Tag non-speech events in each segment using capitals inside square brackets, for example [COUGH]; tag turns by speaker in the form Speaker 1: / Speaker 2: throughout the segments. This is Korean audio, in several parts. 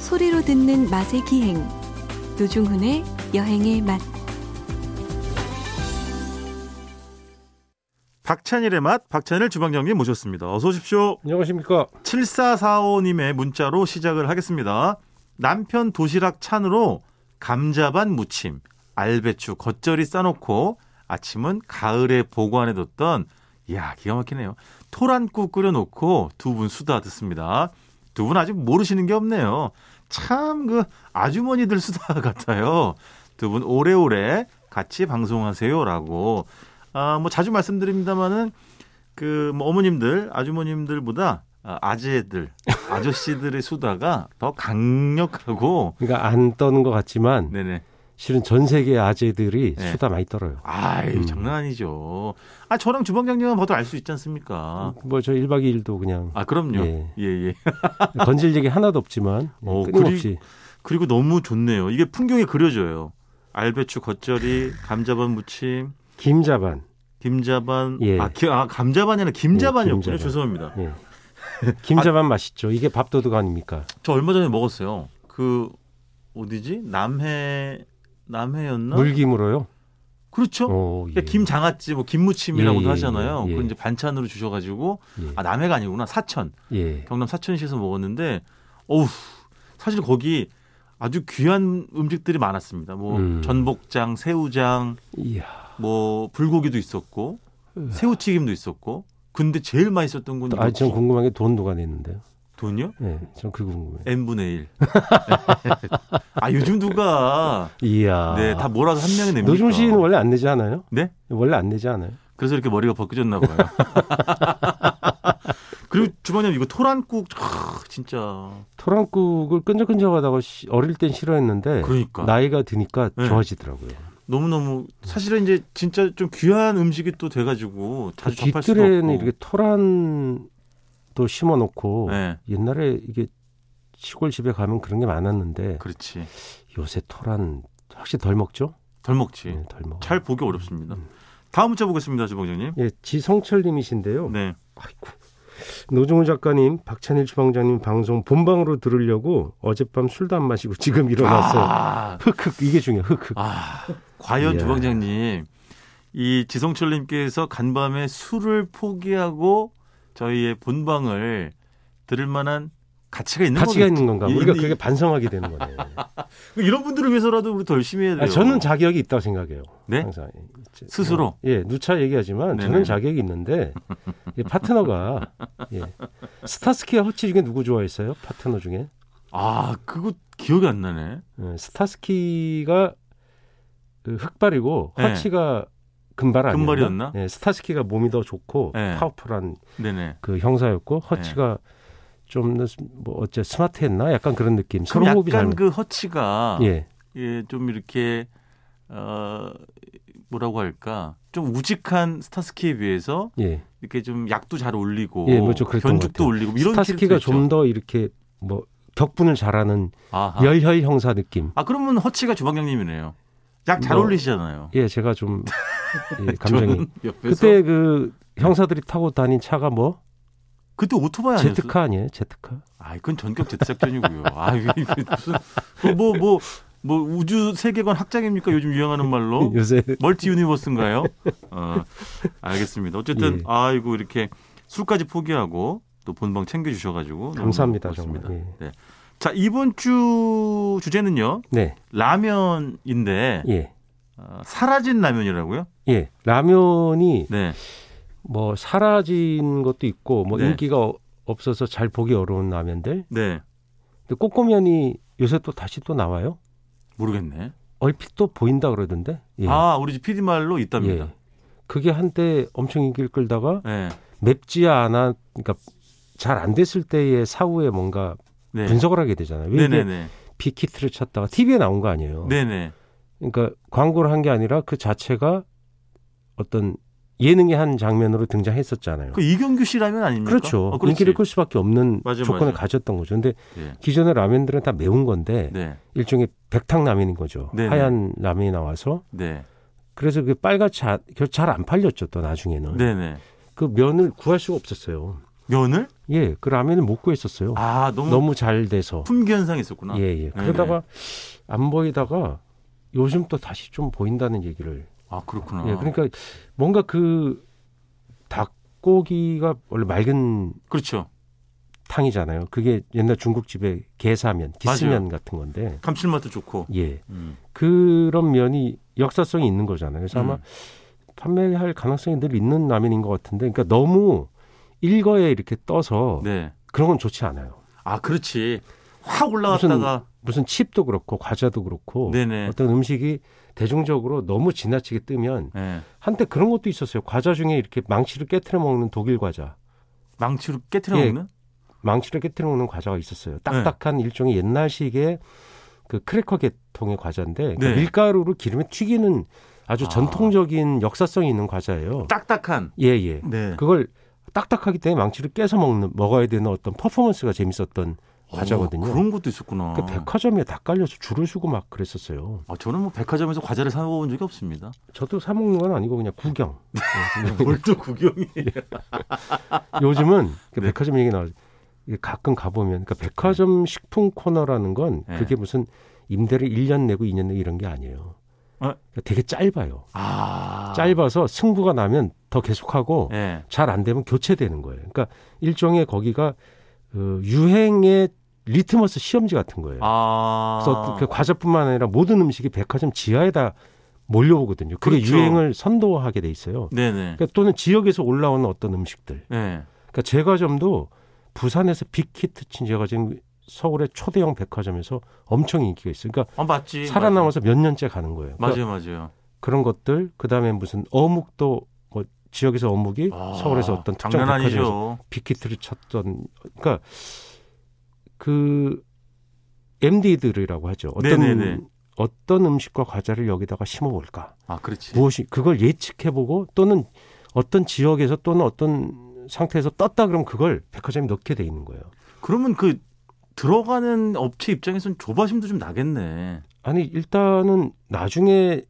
Speaker 1: 소리로 듣는 맛의 기행 노중훈의 여행의 맛
Speaker 2: 박찬일의 맛, 박찬일 주방장님 모셨습니다. 어서 오십시오.
Speaker 3: 안녕하십니까.
Speaker 2: 7445님의 문자로 시작을 하겠습니다. 남편 도시락 찬으로 감자반 무침, 알배추 겉절이 싸놓고 아침은 가을에 보관해뒀던 이야 기가 막히네요. 토란국 끓여놓고 두 분 수다 듣습니다. 두 분 아직 모르시는 게 없네요. 참 그 아주머니들 수다 [LAUGHS] 같아요. 두 분 오래오래 같이 방송하세요라고 아뭐 자주 말씀드립니다만은 그뭐 어머님들 아주머님들보다 아, 아재들 아저씨들의 수다가 더 강력하고
Speaker 3: 그러니까 안 떠는 것 같지만
Speaker 2: 네네
Speaker 3: 실은 전 세계 아재들이
Speaker 2: 네.
Speaker 3: 수다 많이 떨어요.
Speaker 2: 아이
Speaker 3: 음.
Speaker 2: 장난 아니죠 아 저랑 주방장님은 봐도 알 수 있지 않습니까
Speaker 3: 뭐 저 1박 2일도 그냥
Speaker 2: 아 그럼요
Speaker 3: 예.
Speaker 2: 예 예.
Speaker 3: 건질 얘기 하나도 없지만
Speaker 2: 어,
Speaker 3: 끊임없이
Speaker 2: 그리고 너무 좋네요. 이게 풍경이 그려져요. 알배추 겉절이, 감자반 무침,
Speaker 3: 김자반.
Speaker 2: 김자반,
Speaker 3: 예.
Speaker 2: 아, 기- 아, 감자반이 아니라 김자반이었군요.
Speaker 3: 예, 김자반.
Speaker 2: 죄송합니다.
Speaker 3: 예.
Speaker 2: 아.
Speaker 3: 김자반 맛있죠. 이게 밥도둑 아닙니까?
Speaker 2: 저 얼마 전에 먹었어요. 그 어디지? 남해 남해였나?
Speaker 3: 물김으로요.
Speaker 2: 그렇죠.
Speaker 3: 오, 예.
Speaker 2: 그러니까 김장아찌, 뭐 김무침이라고도
Speaker 3: 예, 예,
Speaker 2: 하잖아요.
Speaker 3: 예, 예.
Speaker 2: 그 이제 반찬으로 주셔가지고
Speaker 3: 예.
Speaker 2: 아 남해가 아니구나 사천
Speaker 3: 예.
Speaker 2: 경남 사천시에서 먹었는데 어우 사실 거기 아주 귀한 음식들이 많았습니다. 뭐
Speaker 3: 음.
Speaker 2: 전복장, 새우장,
Speaker 3: 이야.
Speaker 2: 뭐 불고기도 있었고
Speaker 3: 으아.
Speaker 2: 새우튀김도 있었고 근데 제일 맛있었던 건
Speaker 3: 음. 아,
Speaker 2: 이거
Speaker 3: 전 궁금한 게 돈 누가 냈는데요?
Speaker 2: 돈이요?
Speaker 3: 예. 전 그거 궁금해요.
Speaker 2: n 분의 1. [LAUGHS] 아 요즘 누가
Speaker 3: 이야.
Speaker 2: 네 다 몰아서 한 명이 냅니까?
Speaker 3: 노중 씨는 원래 안 내지 않아요?
Speaker 2: 네?
Speaker 3: 원래 안 내지 않아요?
Speaker 2: 그래서 이렇게 머리가 벗겨졌나 봐요. [LAUGHS] 그리고 주방장님 이거 토란국 아, 진짜
Speaker 3: 토랑국을 끈적끈적하다고 시- 어릴 땐 싫어했는데
Speaker 2: 그러니까
Speaker 3: 네. 나이가 드니까
Speaker 2: 네.
Speaker 3: 좋아지더라고요.
Speaker 2: 너무 너무 사실은 이제 진짜 좀 귀한 음식이 또 돼가지고 자주 접할 수도
Speaker 3: 뒷뜰에는
Speaker 2: 없고.
Speaker 3: 그 이렇게 토란도 심어놓고
Speaker 2: 네,
Speaker 3: 옛날에 이게 시골 집에 가면 그런 게 많았는데
Speaker 2: 그렇지.
Speaker 3: 요새 토란 확실히 덜 먹죠?
Speaker 2: 덜 먹지.
Speaker 3: 네, 덜 먹.
Speaker 2: 잘 보기 어렵습니다. 다음 문자 보겠습니다, 주방장님.
Speaker 3: 예, 지성철님이신데요.
Speaker 2: 네.
Speaker 3: 아이고. 노종훈 작가님, 박찬일 주방장님 방송 본방으로 들으려고 어젯밤 술도 안 마시고 지금 일어났어요.
Speaker 2: 아,
Speaker 3: 흑흑 이게 중요해. 흑흑.
Speaker 2: 아, 과연
Speaker 3: 예.
Speaker 2: 주방장님 이 지성철님께서 간밤에 술을 포기하고 저희의 본방을 들을 만한 가치가 있는
Speaker 3: 가치가
Speaker 2: 거겠죠?
Speaker 3: 있는 건가?
Speaker 2: 이-
Speaker 3: 우리가
Speaker 2: 이-
Speaker 3: 그게 반성하게 되는 거네요.
Speaker 2: 이런 분들을 위해서라도 우리 더 열심히 해야 돼요.
Speaker 3: 아, 저는 자격이 있다고 생각해요.
Speaker 2: 네?
Speaker 3: 항상 제-
Speaker 2: 스스로?
Speaker 3: 예, 누차 얘기하지만
Speaker 2: 네네.
Speaker 3: 저는 자격이 있는데 예, 파트너가 예. 스타스키와 허치 중에 누구 좋아했어요? 파트너 중에
Speaker 2: 아, 그거 기억이 안 나네.
Speaker 3: 예, 스타스키가 그 흑발이고
Speaker 2: 네.
Speaker 3: 허치가 금발 아니었나?
Speaker 2: 금발이었나?
Speaker 3: 예, 스타스키가 몸이 더 좋고
Speaker 2: 네.
Speaker 3: 파워풀한
Speaker 2: 네네.
Speaker 3: 그 형사였고 허치가 좀 뭐 어째 스마트했나? 약간 그런 느낌.
Speaker 2: 그럼
Speaker 3: 서로 호흡이 잘
Speaker 2: 약간
Speaker 3: 맞.
Speaker 2: 그 허치가 예.
Speaker 3: 예,
Speaker 2: 좀 이렇게 어 뭐라고 할까? 좀 우직한 스타스키에 비해서
Speaker 3: 예.
Speaker 2: 이렇게 좀 약도 잘 올리고
Speaker 3: 예, 뭐저 그랬던 것
Speaker 2: 견죽도
Speaker 3: 같아요.
Speaker 2: 올리고 뭐 이런
Speaker 3: 스타스키가
Speaker 2: 캐릭터였죠.
Speaker 3: 좀 더 이렇게 뭐 격분을 잘하는
Speaker 2: 아하.
Speaker 3: 열혈 형사 느낌.
Speaker 2: 아 그러면 허치가 주방장님이네요. 약 잘
Speaker 3: 뭐,
Speaker 2: 올리시잖아요.
Speaker 3: 예, 제가
Speaker 2: [LAUGHS]
Speaker 3: 좀 예, 감정이.
Speaker 2: 저는 옆에서 그때
Speaker 3: 그때 그 형사들이 타고 다닌 차가 뭐
Speaker 2: 오토바이 아니었어요?
Speaker 3: 제트카 아니에요? 제트카.
Speaker 2: 아 이건 전격 제트작전이고요. 아 이게 무슨 뭐 뭐 뭐 우주 세계관 학장입니까 요즘 유행하는
Speaker 3: [LAUGHS]
Speaker 2: 말로
Speaker 3: [LAUGHS] 요새
Speaker 2: 멀티 유니버스인가요? 어, 알겠습니다. 어쨌든
Speaker 3: 예.
Speaker 2: 아이고 이렇게 술까지 포기하고 또 본방 챙겨주셔가지고 너무
Speaker 3: 감사합니다,
Speaker 2: 어, 고맙습니다.
Speaker 3: 정말. 예.
Speaker 2: 네. 자 이번 주 주제는요
Speaker 3: 네,
Speaker 2: 라면인데
Speaker 3: 예,
Speaker 2: 어, 사라진 라면이라고요?
Speaker 3: 예. 라면이
Speaker 2: 네,
Speaker 3: 뭐 사라진 것도 있고 뭐
Speaker 2: 네.
Speaker 3: 인기가 어- 없어서 잘 보기 어려운 라면들.
Speaker 2: 네
Speaker 3: 근데 꼬꼬면이 요새 또 다시 또 나와요?
Speaker 2: 모르겠네.
Speaker 3: 얼핏 또 보인다 그러던데. 예.
Speaker 2: 아 우리 집 PD 말로 있답니다.
Speaker 3: 예. 그게 한때 엄청 인기를 끌다가
Speaker 2: 네,
Speaker 3: 맵지 않아, 그러니까 잘 안 됐을 때의 사후에 뭔가
Speaker 2: 네,
Speaker 3: 분석을 하게 되잖아요. 왜 이게
Speaker 2: 네네네,
Speaker 3: 빅히트를 쳤다가 TV에 나온 거 아니에요.
Speaker 2: 네네.
Speaker 3: 그러니까 광고를 한 게 아니라 그 자체가 어떤 예능의 한 장면으로 등장했었잖아요.
Speaker 2: 그 이경규 씨 라면 아닙니까?
Speaker 3: 렇죠
Speaker 2: 어, 그렇지.
Speaker 3: 인기를 끌 수밖에 없는
Speaker 2: 맞아요,
Speaker 3: 조건을
Speaker 2: 맞아요.
Speaker 3: 가졌던 거죠. 근데
Speaker 2: 예.
Speaker 3: 기존의 라면들은 다 매운 건데
Speaker 2: 네,
Speaker 3: 일종의 백탕 라면인 거죠.
Speaker 2: 네네.
Speaker 3: 하얀 라면이 나와서
Speaker 2: 네,
Speaker 3: 그래서 그 빨갛지 잘 안 팔렸죠. 또 나중에는
Speaker 2: 네네.
Speaker 3: 그 면을 구할 수가 없었어요.
Speaker 2: 면을?
Speaker 3: 예, 그 라면을 못 구했었어요.
Speaker 2: 아, 너무,
Speaker 3: 너무, 잘 돼서.
Speaker 2: 품귀 현상이 있었구나. 네,
Speaker 3: 예, 예. 그러다가 안 보이다가 요즘 또 다시 좀 보인다는 얘기를.
Speaker 2: 아, 그렇구나.
Speaker 3: 예, 그러니까 뭔가 그 닭고기가 원래 맑은
Speaker 2: 그렇죠.
Speaker 3: 탕이잖아요. 그게 옛날 중국집의 게사면,
Speaker 2: 맞아요.
Speaker 3: 기스면 같은 건데.
Speaker 2: 감칠맛도 좋고.
Speaker 3: 예.
Speaker 2: 음.
Speaker 3: 그런 면이 역사성이 있는 거잖아요. 그래서 아마
Speaker 2: 음.
Speaker 3: 판매할 가능성이 늘 있는 라면인 것 같은데, 그러니까 너무 일거에 이렇게 떠서
Speaker 2: 네.
Speaker 3: 그런 건 좋지 않아요.
Speaker 2: 아, 그렇지. 확 올라갔다가
Speaker 3: 무슨 칩도 그렇고 과자도 그렇고
Speaker 2: 네네.
Speaker 3: 어떤 음식이 대중적으로 너무 지나치게 뜨면
Speaker 2: 예.
Speaker 3: 한때 그런 것도 있었어요. 과자 중에 이렇게 망치로 깨트려 먹는 독일 과자,
Speaker 2: 망치로 깨트려
Speaker 3: 예.
Speaker 2: 먹는?
Speaker 3: 망치로 깨트려 먹는 과자가
Speaker 2: 네.
Speaker 3: 있었어요. 딱딱한 일종의 옛날식의 그 크래커 계통의 과자인데 그
Speaker 2: 네.
Speaker 3: 밀가루를 기름에 튀기는 아주
Speaker 2: 아.
Speaker 3: 전통적인 역사성이 있는 과자예요.
Speaker 2: 딱딱한.
Speaker 3: 예 예.
Speaker 2: 네.
Speaker 3: 그걸 딱딱하기 때문에 망치를 깨서 먹는 먹어야 되는 어떤 퍼포먼스가 재밌었던 과자거든요.
Speaker 2: 어, 그런 것도 있었구나.
Speaker 3: 그 백화점에 다 깔려서 줄을 서고 막 그랬었어요.
Speaker 2: 아, 저는 뭐 백화점에서 과자를 사 먹어본 적이
Speaker 3: [LAUGHS]
Speaker 2: 없습니다.
Speaker 3: 저도 사 먹는 건 아니고 그냥 구경. 예, 그냥
Speaker 2: 뭘 또 구경이.
Speaker 3: 요즘은
Speaker 2: [LAUGHS]
Speaker 3: 그
Speaker 2: 네.
Speaker 3: 백화점 얘기 나와 가끔 가보면 그러니까 백화점 식품 코너라는 건
Speaker 2: 네.
Speaker 3: 그게 무슨 임대를 1년 내고 2년 내고 이런 게 아니에요.
Speaker 2: 어?
Speaker 3: 그러니까 되게 짧아요.
Speaker 2: 아.
Speaker 3: 짧아서 승부가 나면 더 계속하고
Speaker 2: 예.
Speaker 3: 잘 안 되면 교체되는 거예요. 그러니까 일종의 거기가 그 유행의 리트머스 시험지 같은 거예요.
Speaker 2: 아.
Speaker 3: 그래서 그 과자뿐만 아니라 모든 음식이 백화점 지하에 다 몰려오거든요. 그게
Speaker 2: 그렇죠.
Speaker 3: 유행을 선도하게 돼 있어요.
Speaker 2: 네네.
Speaker 3: 그러니까 또는 지역에서 올라오는 어떤 음식들.
Speaker 2: 예.
Speaker 3: 그러니까 제과점도 부산에서 빅히트 친 제과점 서울의 초대형 백화점에서 엄청 인기가 있어요. 그러니까
Speaker 2: 아, 맞지.
Speaker 3: 살아남아서 몇 년째 가는 거예요. 그러니까
Speaker 2: 맞아요, 맞아요.
Speaker 3: 그런 것들 그다음에 무슨 어묵도 뭐 지역에서 어묵이
Speaker 2: 아,
Speaker 3: 서울에서 어떤 특정
Speaker 2: 장난
Speaker 3: 백화점에서
Speaker 2: 아니죠.
Speaker 3: 빅히트를 쳤던 그러니까 그 MD들이라고 하죠. 어떤
Speaker 2: 네네네.
Speaker 3: 어떤 음식과 과자를 여기다가 심어 볼까?
Speaker 2: 아, 그렇지.
Speaker 3: 무엇이 그걸 예측해 보고 또는 어떤 지역에서 또는 어떤 상태에서 떴다 그러면 그걸 백화점에 넣게 돼 있는 거예요.
Speaker 2: 그러면 그 들어가는 업체 입장에선 조바심도 좀 나겠네.
Speaker 3: 아니 일단은 나중에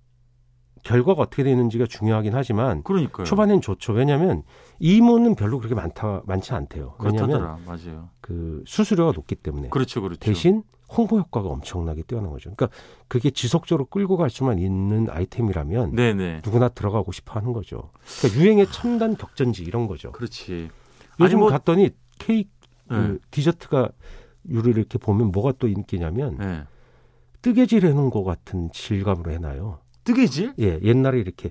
Speaker 3: 결과가 어떻게 되는지가 중요하긴 하지만
Speaker 2: 그러니까요.
Speaker 3: 초반엔 좋죠. 왜냐하면 이모는 별로 그렇게 많다 많지 않대요. 왜냐하면
Speaker 2: 그렇다더라. 맞아요.
Speaker 3: 그 수수료가 높기 때문에
Speaker 2: 그렇죠, 그렇죠.
Speaker 3: 대신 홍보 효과가 엄청나게 뛰어난 거죠. 그러니까 그게 지속적으로 끌고 갈 수만 있는 아이템이라면
Speaker 2: 네네.
Speaker 3: 누구나 들어가고 싶어 하는 거죠. 그러니까 유행의 첨단 격전지 이런 거죠.
Speaker 2: 그렇지. 아니,
Speaker 3: 요즘
Speaker 2: 뭐-
Speaker 3: 갔더니 케이크
Speaker 2: 예.
Speaker 3: 그 디저트가 유를 이렇게 보면 뭐가 또 인기냐면
Speaker 2: 예.
Speaker 3: 뜨개질 해놓은 것 같은 질감으로 해놔요.
Speaker 2: 뜨개질?
Speaker 3: 예, 옛날에 이렇게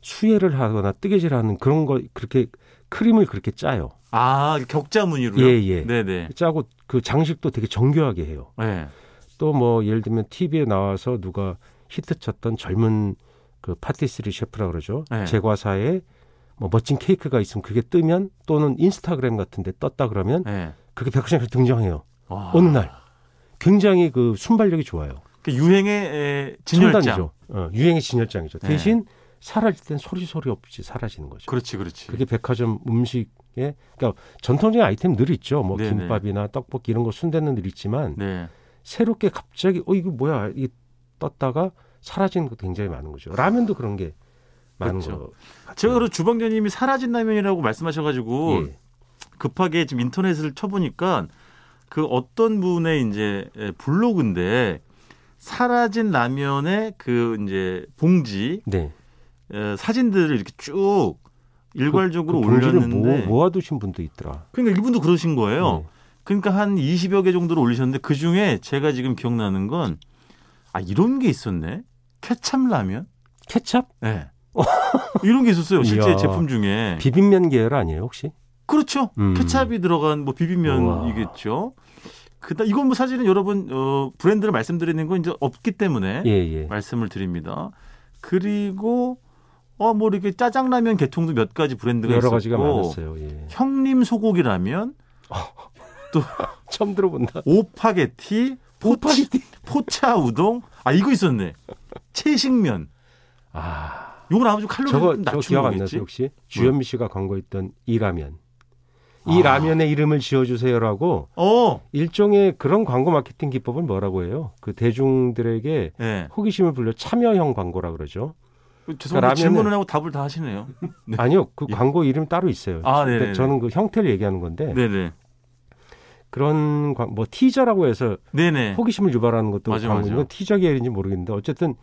Speaker 3: 수예를 하거나 뜨개질하는 그런 거 그렇게 크림을 그렇게 짜요.
Speaker 2: 아, 격자무늬로요?
Speaker 3: 예, 예.
Speaker 2: 네네.
Speaker 3: 짜고 그 장식도 되게 정교하게 해요.
Speaker 2: 예.
Speaker 3: 또 뭐 예를 들면 TV에 나와서 누가 히트 쳤던 젊은 그 파티스리 셰프라 그러죠.
Speaker 2: 네.
Speaker 3: 제과사에 뭐 멋진 케이크가 있으면 그게 뜨면 또는 인스타그램 같은 데 떴다 그러면
Speaker 2: 예.
Speaker 3: 그게 백화점에서 등장해요.
Speaker 2: 와.
Speaker 3: 어느 날. 굉장히 그 순발력이 좋아요.
Speaker 2: 그 유행의 에, 진열장.
Speaker 3: 첨단이죠. 어, 유행의 진열장이죠.
Speaker 2: 네.
Speaker 3: 대신 사라질 땐 소리소리 없이 사라지는 거죠.
Speaker 2: 그렇지, 그렇지.
Speaker 3: 그게 백화점 음식에 그러니까 전통적인 아이템 늘 있죠. 뭐
Speaker 2: 네네.
Speaker 3: 김밥이나 떡볶이 이런 거 순대는 늘 있지만
Speaker 2: 네.
Speaker 3: 새롭게 갑자기 어 이거 뭐야 이 떴다가 사라지는 거 굉장히 많은 거죠. 라면도 그런 게 많은
Speaker 2: 그렇죠.
Speaker 3: 거.
Speaker 2: 제가 그래서 주방장님이 사라진 라면이라고 말씀하셔가지고
Speaker 3: 예.
Speaker 2: 급하게 지금 인터넷을 쳐보니까 그 어떤 분의 이제 에, 블로그인데 사라진 라면의 그 이제 봉지
Speaker 3: 네.
Speaker 2: 에, 사진들을 이렇게 쭉 일괄적으로
Speaker 3: 그 봉지를
Speaker 2: 올렸는데
Speaker 3: 모아 두신 분도 있더라.
Speaker 2: 그러니까 이분도 그러신 거예요.
Speaker 3: 네.
Speaker 2: 그러니까 한 20여 개 정도를 올리셨는데 그 중에 제가 지금 기억나는 건 아 이런 게 있었네. 케찹 라면?
Speaker 3: 케찹 [LAUGHS]
Speaker 2: 네. 이런 게 있었어요. 실제
Speaker 3: 이야.
Speaker 2: 제품 중에.
Speaker 3: 비빔면 계열 아니에요, 혹시?
Speaker 2: 그렇죠.
Speaker 3: 음.
Speaker 2: 케찹이 들어간 뭐 비빔면이겠죠. 그다 이건 뭐 사실은 여러분 어, 브랜드를 말씀드리는 건 이제 없기 때문에
Speaker 3: 예, 예.
Speaker 2: 말씀을 드립니다. 그리고 어 뭐 이렇게 짜장라면 계통도 몇 가지 브랜드가
Speaker 3: 여러
Speaker 2: 있었고
Speaker 3: 가지가 많았어요. 예.
Speaker 2: 형님 소고기라면
Speaker 3: 처음 들어본다.
Speaker 2: 오파게티 포치,
Speaker 3: 오파게티. [LAUGHS]
Speaker 2: 포차 우동 아 이거 있었네 채식면
Speaker 3: 아.
Speaker 2: 요건 아마 좀 칼로리
Speaker 3: 저거
Speaker 2: 좀
Speaker 3: 저
Speaker 2: 낮춘
Speaker 3: 기억 안
Speaker 2: 거겠지
Speaker 3: 나세요, 혹시? 주현미 씨가 광고했던 이 라면. 이
Speaker 2: 아.
Speaker 3: 라면의 이름을 지어 주세요라고
Speaker 2: 어
Speaker 3: 일종의 그런 광고 마케팅 기법을 뭐라고 해요? 그 대중들에게
Speaker 2: 예.
Speaker 3: 호기심을 불려 참여형 광고라 그러죠.
Speaker 2: 죄송합니다
Speaker 3: 그러니까 라면은-
Speaker 2: 질문을 하고 답을 다 하시네요 네.
Speaker 3: 아니요, 그
Speaker 2: 예.
Speaker 3: 광고 이름이 따로 있어요. 그러니까
Speaker 2: 아,
Speaker 3: 근데
Speaker 2: 네네네.
Speaker 3: 저는 그 형태를 얘기하는 건데
Speaker 2: 네네
Speaker 3: 그런 광, 뭐 티저라고 해서
Speaker 2: 네네.
Speaker 3: 호기심을 유발하는 것도
Speaker 2: 맞아,
Speaker 3: 광고
Speaker 2: 맞아.
Speaker 3: 이건 티저 계열인지 모르겠는데 어쨌든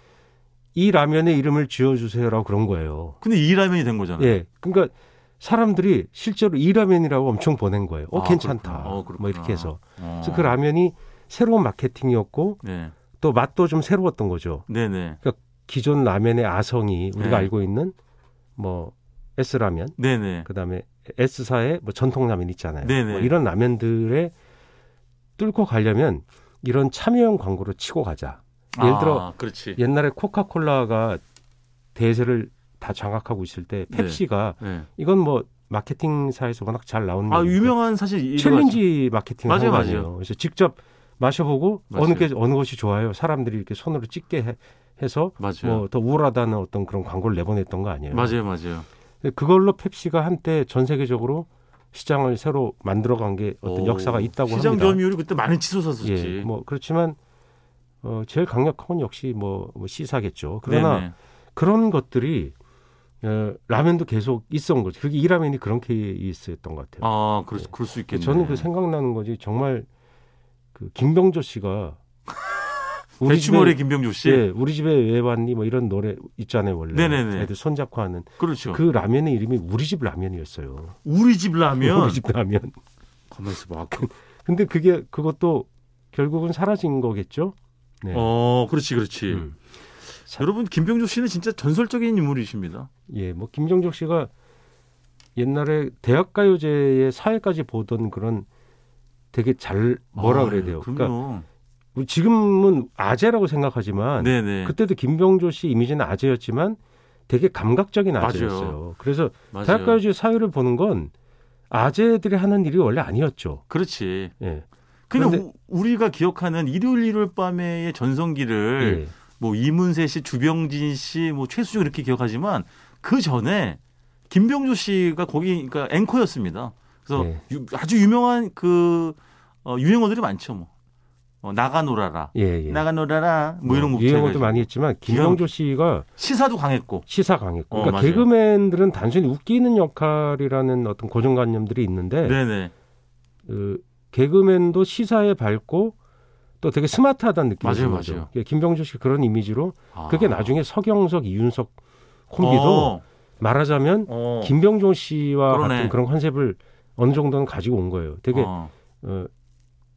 Speaker 3: 이 라면의 이름을 지어주세요라고 그런 거예요.
Speaker 2: 근데 이 라면이 된 거잖아요.
Speaker 3: 예, 그러니까 사람들이 실제로 이 라면이라고 엄청 보낸 거예요. 어
Speaker 2: 아,
Speaker 3: 괜찮다.
Speaker 2: 그렇구나. 어,
Speaker 3: 뭐
Speaker 2: 그렇구나.
Speaker 3: 이렇게 해서
Speaker 2: 어.
Speaker 3: 그래서 그 라면이 새로운 마케팅이었고
Speaker 2: 네.
Speaker 3: 또 맛도 좀 새로웠던 거죠.
Speaker 2: 네네.
Speaker 3: 기존 라면의 아성이 우리가
Speaker 2: 네.
Speaker 3: 알고 있는 뭐 S 라면,
Speaker 2: 네네.
Speaker 3: 그다음에 S사의 뭐 전통 라면 있잖아요.
Speaker 2: 네네.
Speaker 3: 뭐 이런 라면들에 뚫고 가려면 이런 참여형 광고로 치고 가자. 예를 들어-
Speaker 2: 아, 그렇지.
Speaker 3: 옛날에 코카콜라가 대세를 다 장악하고 있을 때
Speaker 2: 네.
Speaker 3: 펩시가
Speaker 2: 네.
Speaker 3: 이건 뭐 마케팅사에서 워낙 잘 나오는
Speaker 2: 아
Speaker 3: 거니까
Speaker 2: 유명한 사실 이거
Speaker 3: 음. 챌린지 마케팅을
Speaker 2: 맞아요,
Speaker 3: 한거
Speaker 2: 맞아요.
Speaker 3: 아니에요. 그래서 직접 마셔보고
Speaker 2: 맞아요.
Speaker 3: 어느 게 어느 것이 좋아요. 사람들이 이렇게 손으로 찍게 해- 해서
Speaker 2: 맞아요.
Speaker 3: 뭐 예. 더 우울하다는 어떤 그런 광고를 내보냈던 거 아니에요.
Speaker 2: 맞아요, 맞아요.
Speaker 3: 근데 그걸로 펩시가 한때 전 세계적으로 시장을 새로 만들어간 게 어떤
Speaker 2: 오,
Speaker 3: 역사가 있다고
Speaker 2: 시장
Speaker 3: 합니다.
Speaker 2: 점유율이 그때 많이 치솟았었지.
Speaker 3: 예, 뭐 그렇지만 어, 제일 강력한 건 역시 뭐, 뭐 시사겠죠. 그러나
Speaker 2: 네네.
Speaker 3: 그런 것들이 어, 라면도 계속 있어온 거죠. 그게 이 라면이 그런 케이스였던 것 같아요.
Speaker 2: 아, 그럴, 수- 그럴 수 있겠네.
Speaker 3: 저는 그 생각나는 거지 정말 그 김병조
Speaker 2: [LAUGHS]
Speaker 3: 씨가
Speaker 2: 대추머리 김병주 씨.
Speaker 3: 예, 우리 집에 왜 왔니 뭐 이런 노래 있잖아요 원래
Speaker 2: 네네네.
Speaker 3: 애들 손잡고 하는
Speaker 2: 그렇죠.
Speaker 3: 그 라면의 이름이 우리 집 라면이었어요.
Speaker 2: 우리 집 라면. 그
Speaker 3: 우리 집 라면.
Speaker 2: 가만 있어 봐.
Speaker 3: 근데 그게 그것도 결국은 사라진 거겠죠. 네.
Speaker 2: 어, 그렇지, 그렇지.
Speaker 3: 음. 자-
Speaker 2: 여러분 김병주 씨는 진짜 전설적인 인물이십니다.
Speaker 3: 예, 뭐 김정적 씨가 옛날에 대학가요제의 사회까지 보던 그런 되게 잘 뭐라
Speaker 2: 아,
Speaker 3: 그래야 돼요. 그러니까
Speaker 2: 그럼요.
Speaker 3: 우리 지금은 아재라고 생각하지만
Speaker 2: 네네.
Speaker 3: 그러니까 그때도 김병조 씨 이미지는 아재였지만 되게 감각적인
Speaker 2: 맞아요.
Speaker 3: 아재였어요. 그래서
Speaker 2: 맞아요.
Speaker 3: 대학가요제 사회를 보는 건 아재들이 하는 일이 원래 아니었죠.
Speaker 2: 그렇지.
Speaker 3: 예.
Speaker 2: 그냥
Speaker 3: 그런데-
Speaker 2: 우- 우리가 기억하는 일요일 일요일 밤의 전성기를
Speaker 3: 예.
Speaker 2: 뭐 이문세 씨, 주병진 씨, 뭐 최수종 이렇게 기억하지만 그 전에 김병조 씨가 거기 그러니까 앵커였습니다. 그래서
Speaker 3: 예.
Speaker 2: 유- 아주 유명한 그 어, 유행어들이 많죠. 뭐 어, 나가 놀아라,
Speaker 3: 예, 예.
Speaker 2: 나가 놀아라 뭐 이런 곡들
Speaker 3: 유행어도 많이 했지만 김병조 씨가
Speaker 2: 시사도 강했고
Speaker 3: 시사 강했고
Speaker 2: 어,
Speaker 3: 그러니까
Speaker 2: 맞아요.
Speaker 3: 개그맨들은 단순히 웃기는 역할이라는 어떤 고정관념들이 있는데
Speaker 2: 네네
Speaker 3: 그 개그맨도 시사에 밝고 또 되게 스마트하다는 느낌이
Speaker 2: 맞아요,
Speaker 3: 드는
Speaker 2: 맞아요.
Speaker 3: 거죠. 예, 김병조 씨 그런 이미지로
Speaker 2: 아.
Speaker 3: 그게 나중에 서경석, 이윤석 콤비도
Speaker 2: 어,
Speaker 3: 말하자면
Speaker 2: 어.
Speaker 3: 김병종 씨와
Speaker 2: 그러네.
Speaker 3: 같은 그런 컨셉을 어느 정도는 가지고 온 거예요. 되게 어.
Speaker 2: 어.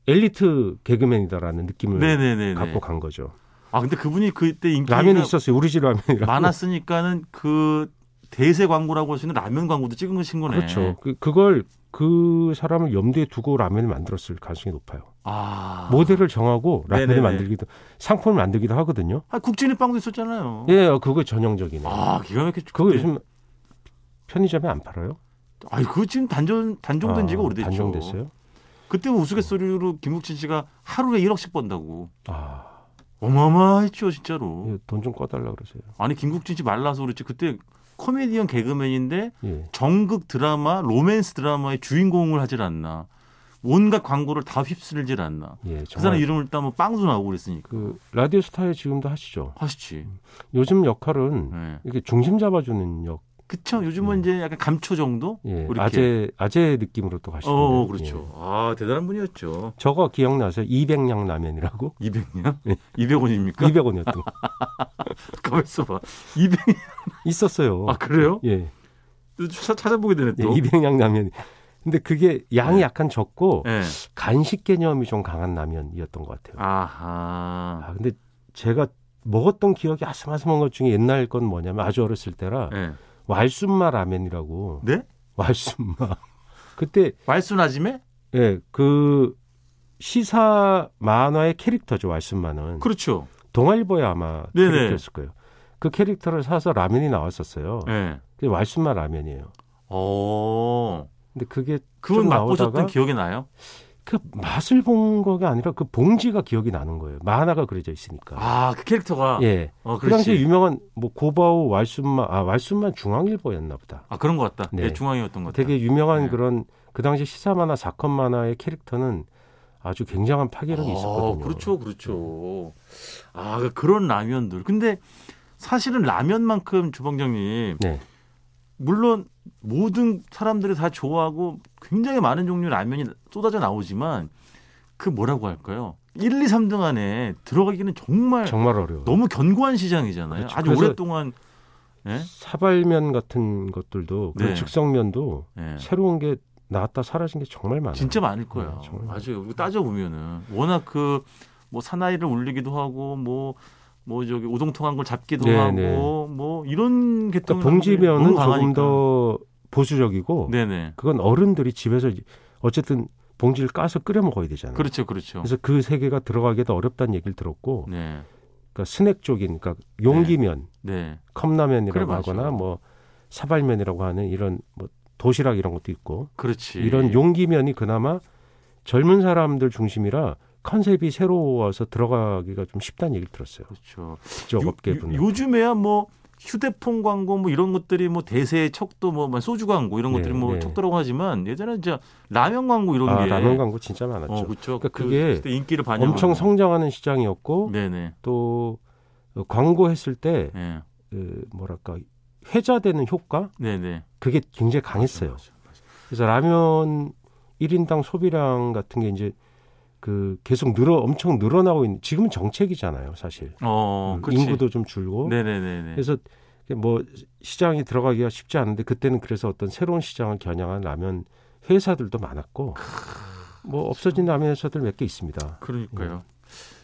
Speaker 3: 엘리트 개그맨이다라는 느낌을
Speaker 2: 네네네
Speaker 3: 음, 갖고 간 거죠.
Speaker 2: 아 근데 그분이 그때 인기가
Speaker 3: 라면이 있었어요. 우리 집 라면이라고.
Speaker 2: 많았으니까는 그 대세 광고라고 할 수 있는 라면 광고도 찍은 것인 거네.
Speaker 3: 그렇죠. 그, 그걸 그 사람을 염두에 두고 라면을 만들었을 가능성이 높아요.
Speaker 2: 아
Speaker 3: 모델을 정하고 라면을
Speaker 2: 네네네.
Speaker 3: 만들기도 상품을 만들기도 하거든요.
Speaker 2: 아, 국진이 빵도 있었잖아요.
Speaker 3: 예, 네. 그거 전형적이네. 요
Speaker 2: 어? 아 기가 막히게
Speaker 3: 그거
Speaker 2: 그때-
Speaker 3: 요즘 편의점에 안 팔아요?
Speaker 2: 아니 그거 지금 단종 단종된 지가
Speaker 3: 아,
Speaker 2: 오래됐죠.
Speaker 3: 단종됐어요?
Speaker 2: 그때 뭐 우스갯소리로 김국진 씨가 하루에 1억씩 번다고.
Speaker 3: 아, 예,
Speaker 2: 어마어마했죠 진짜로.
Speaker 3: 돈 좀 꺼달라 그러세요.
Speaker 2: 아니 김국진 씨 말라서 그렇지 그때 코미디언 개그맨인데
Speaker 3: 예.
Speaker 2: 정극 드라마 로맨스 드라마의 주인공을 하질 않나. 온갖 광고를 다 휩쓸질 않나.
Speaker 3: 예,
Speaker 2: 그 사람
Speaker 3: 정말
Speaker 2: 이름을 따면 빵도 나오고 그랬으니까.
Speaker 3: 그 라디오 스타에 지금도 하시죠.
Speaker 2: 하시지.
Speaker 3: 요즘 역할은
Speaker 2: 예.
Speaker 3: 이렇게 중심 잡아주는 역,
Speaker 2: 그쵸. 요즘은
Speaker 3: 음.
Speaker 2: 이제 약간 감초 정도?
Speaker 3: 예,
Speaker 2: 이렇게.
Speaker 3: 아재 아재 느낌으로 또 가시는데. 예.
Speaker 2: 어, 그렇죠. 아, 대단한 분이었죠.
Speaker 3: 저거 기억나세요? 200냥
Speaker 2: [LAUGHS]
Speaker 3: 라면이라고
Speaker 2: 200년? 200원입니까?
Speaker 3: 200원이었던 거
Speaker 2: 네. [LAUGHS] 가만있어 봐. 200,
Speaker 3: 있었어요.
Speaker 2: 아, 그래요?
Speaker 3: 예,
Speaker 2: 또 차- 찾아보게 되네,
Speaker 3: 예
Speaker 2: 또.
Speaker 3: 200냥 라면. 근데 그게 양이
Speaker 2: 네.
Speaker 3: 약간 적고
Speaker 2: 예.
Speaker 3: 간식 개념이 좀 강한 라면이었던 것 같아요.
Speaker 2: 아하.
Speaker 3: 아, 근데 제가 먹었던 기억이 아슴아슴한 것 중에 옛날 건 뭐냐면 아주 어렸을 때라
Speaker 2: 예.
Speaker 3: 왈순마 라면이라고. [LAUGHS]
Speaker 2: 네?
Speaker 3: 왈순마. 그때
Speaker 2: 말순아지매?
Speaker 3: 예, 그 시사 만화의 캐릭터죠, 왈순마는.
Speaker 2: 그렇죠.
Speaker 3: 동아일보에 아마
Speaker 2: 네네.
Speaker 3: 캐릭터였을 거예요. 그 캐릭터를 사서 라면이 나왔었어요.
Speaker 2: 예.
Speaker 3: 그게 왈순마 라면이에요.
Speaker 2: 어.
Speaker 3: 근데 그게
Speaker 2: 그건
Speaker 3: 좀
Speaker 2: 맛보셨던
Speaker 3: 나오다가
Speaker 2: 기억이 나요?
Speaker 3: 그 맛을 본 거가 아니라 그 봉지가 기억이 나는 거예요. 만화가 그려져 있으니까.
Speaker 2: 아, 그 캐릭터가.
Speaker 3: 예.
Speaker 2: 어,
Speaker 3: 그 당시에
Speaker 2: 그렇지.
Speaker 3: 유명한 뭐 고바오 왈순마 아 왈순마 중앙일보였나 보다.
Speaker 2: 아, 그런 것 같다.
Speaker 3: 네.
Speaker 2: 예, 중앙이었던 것 같다.
Speaker 3: 되게 유명한
Speaker 2: 네.
Speaker 3: 그런 그 당시 시사 만화 사건 만화의 캐릭터는 아주 굉장한 파괴력이
Speaker 2: 아,
Speaker 3: 있었거든요.
Speaker 2: 그렇죠, 그렇죠. 아 그런 라면들. 근데 사실은 라면만큼 주방장님
Speaker 3: 네.
Speaker 2: 물론 모든 사람들이 다 좋아하고 굉장히 많은 종류의 라면이 쏟아져 나오지만 그 뭐라고 할까요? 1, 2, 3등 안에 들어가기는 정말
Speaker 3: 정말
Speaker 2: 네.
Speaker 3: 어려워요.
Speaker 2: 너무 견고한 시장이잖아요.
Speaker 3: 그렇죠.
Speaker 2: 아주
Speaker 3: 그래서-
Speaker 2: 오랫동안 예?
Speaker 3: 사발면 같은 것들도
Speaker 2: 네.
Speaker 3: 그 즉석면도
Speaker 2: 예.
Speaker 3: 새로운 게 나왔다 사라진 게 정말 많아요.
Speaker 2: 진짜 많을 거예요.
Speaker 3: 네, 정말.
Speaker 2: 맞아요. 그리고 따져 보면은 워낙 그 뭐 사나이를 울리기도 하고 뭐. 뭐 저기 오동통한 걸 잡기도
Speaker 3: 네,
Speaker 2: 하고
Speaker 3: 네.
Speaker 2: 뭐 이런 게
Speaker 3: 그러니까 봉지면은 조금 더 보수적이고
Speaker 2: 네네
Speaker 3: 그건 어른들이 집에서 이- 어쨌든 봉지를 까서 끓여 먹어야 되잖아요.
Speaker 2: 그렇죠 그렇죠
Speaker 3: 그래서 그 세계가 들어가기도 어렵다는 얘기를 들었고
Speaker 2: 네네
Speaker 3: 그러니까 스낵 쪽인 그러니까 용기면
Speaker 2: 네.
Speaker 3: 컵라면이라고
Speaker 2: 그래, 맞아요.
Speaker 3: 하거나 뭐 사발면이라고 하는 이런 뭐 도시락 이런 것도 있고
Speaker 2: 그렇지
Speaker 3: 이런 용기면이 그나마 젊은 사람들 중심이라 컨셉이 새로워서 들어가기가 좀 쉽다는 얘기를 들었어요.
Speaker 2: 그렇죠
Speaker 3: 그쪽 업계 분은.
Speaker 2: 요즘에야 뭐 휴대폰 광고 뭐 이런 것들이 뭐 대세의 척도 뭐 소주 광고 이런
Speaker 3: 네,
Speaker 2: 것들이 뭐
Speaker 3: 네.
Speaker 2: 척도라고 하지만 예전에 진짜 라면 광고 이런
Speaker 3: 아,
Speaker 2: 게
Speaker 3: 라면 광고 진짜 많았죠.
Speaker 2: 어, 그렇죠.
Speaker 3: 그러니까 그게
Speaker 2: 그때 인기를 반영
Speaker 3: 엄청 성장하는 시장이었고
Speaker 2: 네네
Speaker 3: 또 어, 광고했을 때
Speaker 2: 예.
Speaker 3: 그 뭐랄까 회자되는 효과
Speaker 2: 네네
Speaker 3: 그게 굉장히 강했어요.
Speaker 2: 맞아요, 맞아요.
Speaker 3: 그래서 라면 1인당 소비량 같은 게 이제 그 계속 늘어 엄청 늘어나고 있는 지금은 정책이잖아요, 사실.
Speaker 2: 어,
Speaker 3: 음,
Speaker 2: 그렇지.
Speaker 3: 인구도 좀 줄고.
Speaker 2: 네네네네.
Speaker 3: 그래서 뭐 시장에 들어가기가 쉽지 않은데 그때는 그래서 어떤 새로운 시장을 겨냥한 라면 회사들도 많았고 뭐 없어진 라면 회사들 몇 개 있습니다.
Speaker 2: 그러니까요.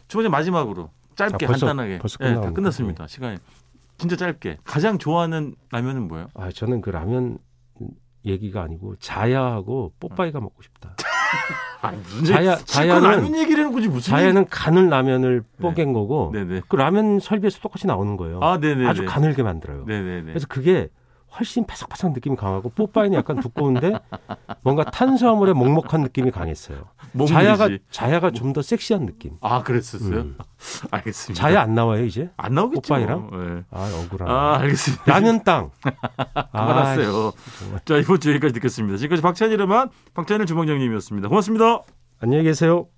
Speaker 2: 두 번째 마지막으로 짧게
Speaker 3: 아, 벌써-
Speaker 2: 간단하게.
Speaker 3: 벌써
Speaker 2: 예, 다
Speaker 3: 끝나가는군요.
Speaker 2: 끝났습니다. 시간이 진짜 짧게. 가장 좋아하는 라면은 뭐예요?
Speaker 3: 아, 저는 그 라면 얘기가 아니고 자야하고 뽀빠이가 먹고 싶다.
Speaker 2: 아, 무슨
Speaker 3: 자야-
Speaker 2: 얘기- 실컷
Speaker 3: 자야는-
Speaker 2: 라면 얘기를 해놓고 지금 무슨
Speaker 3: 자야는 간을 라면을 뽀갠 거고
Speaker 2: 얘기- 네네.
Speaker 3: 그 라면 설비에서 똑같이 나오는 거예요.
Speaker 2: 아, 네네.
Speaker 3: 어, 아주 가늘게 만들어요.
Speaker 2: 네네네.
Speaker 3: 그래서 그게 훨씬 바삭바삭 느낌이 강하고 뽀빠이는 약간 두꺼운데 뭔가 탄수화물의 먹먹한 느낌이 강했어요.
Speaker 2: 몸무게지.
Speaker 3: 자야가 자야가 좀 더 섹시한 느낌.
Speaker 2: 아, 그랬었어요?
Speaker 3: 음.
Speaker 2: [LAUGHS] 알겠습니다.
Speaker 3: 자야 안 나와요 이제?
Speaker 2: 안 나오겠죠.
Speaker 3: 오빠이랑?
Speaker 2: 뭐. 예.
Speaker 3: 아 억울하네.
Speaker 2: 그러니까. 아, 알겠습니다. [LAUGHS]
Speaker 3: 라면 땅. 아,
Speaker 2: 알았어요.
Speaker 3: 정말.
Speaker 2: 자, 이번 주 여기까지 듣겠습니다. 지금까지 박찬일의 맛, 박찬일 주방장님이었습니다. 고맙습니다.
Speaker 3: 안녕히 계세요.